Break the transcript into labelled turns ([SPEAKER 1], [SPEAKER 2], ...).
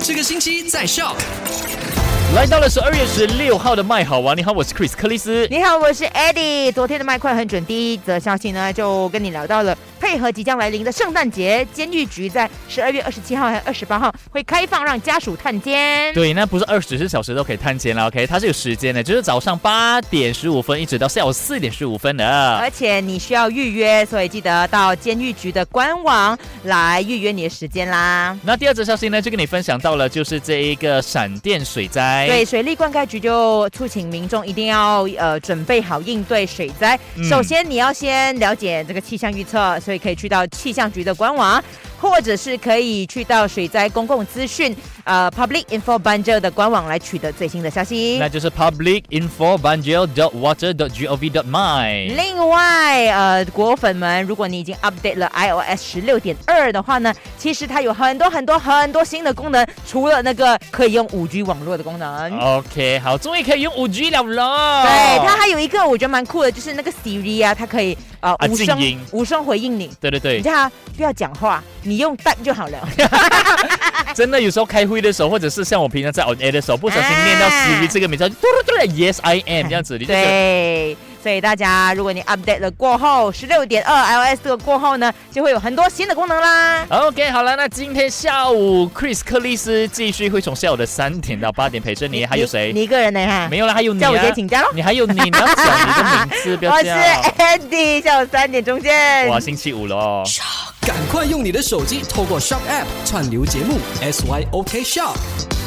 [SPEAKER 1] 这个星期在 Shock。
[SPEAKER 2] 来到了十二月十六号的麦好玩，你好，我是 Chris 克里斯。
[SPEAKER 3] 你好，我是 Eddie。昨天的麦快很准，第一则消息呢，就跟你聊到了配合即将来临的圣诞节，监狱局在十二月二十七号还有二十八号会开放让家属探监。
[SPEAKER 2] 对，那不是二十四小时都可以探监了，OK？它是有时间的，就是早上八点十五分一直到下午四点十五分的。
[SPEAKER 3] 而且你需要预约，所以记得到监狱局的官网来预约你的时间啦。
[SPEAKER 2] 那第二则消息呢，就跟你分享到了，就是这一个闪电水灾。
[SPEAKER 3] 对，水利灌溉局就促请民众一定要呃准备好应对水灾。
[SPEAKER 2] 嗯
[SPEAKER 3] 首先，你要先了解这个气象预测，所以可以去到气象局的官网，或者是可以去到水灾公共资讯呃 Public Info b u n g e 的官网来取得最新的消息
[SPEAKER 2] 那。就是 public info banjil dot water dot gov dot my。
[SPEAKER 3] 另外，呃，果粉们，如果你已经 update 了 iOS 十六点二的话呢，其实它有很多很多很多新的功能，除了那个可以用五 G 网络的功能。
[SPEAKER 2] OK，好，终于可以用五 G 了咯。
[SPEAKER 3] 对，它还有一个我觉得蛮酷的，就是那个 Siri 啊，它可以呃
[SPEAKER 2] 啊
[SPEAKER 3] 无声
[SPEAKER 2] 静音
[SPEAKER 3] 无声回应你，
[SPEAKER 2] 对对
[SPEAKER 3] 你
[SPEAKER 2] 对，
[SPEAKER 3] 叫它不要讲话，你用 t 就好 了。 哎
[SPEAKER 2] 真的有时候开会的时候，或者是像我平常在 on air 的时候，不小心念到
[SPEAKER 3] 啊
[SPEAKER 2] Siri 这个名字，嘟嘟嘟嘟，Yes I am 这样子，你就觉得
[SPEAKER 3] 对，所以大家如果你 update 了过后，十六点二 iOS 这个过后呢，就会有很多新的功能啦。
[SPEAKER 2] OK，好了，那今天下午 Chris 克里斯继续会从下午的三点到八点陪着你，还有谁
[SPEAKER 3] 你？你一个人呢？哈，
[SPEAKER 2] 没有了，还有你、
[SPEAKER 3] 叫
[SPEAKER 2] 啊。
[SPEAKER 3] 我姐请假咯。
[SPEAKER 2] 你还有你，你要讲你的名字，不
[SPEAKER 3] 我
[SPEAKER 2] 要
[SPEAKER 3] 是
[SPEAKER 2] 这样。
[SPEAKER 3] Andy，下午三点中间。
[SPEAKER 2] 哇，星期五了哦。
[SPEAKER 1] 赶快用你的手机透过 Shock App 串流节目 SYOK Shock。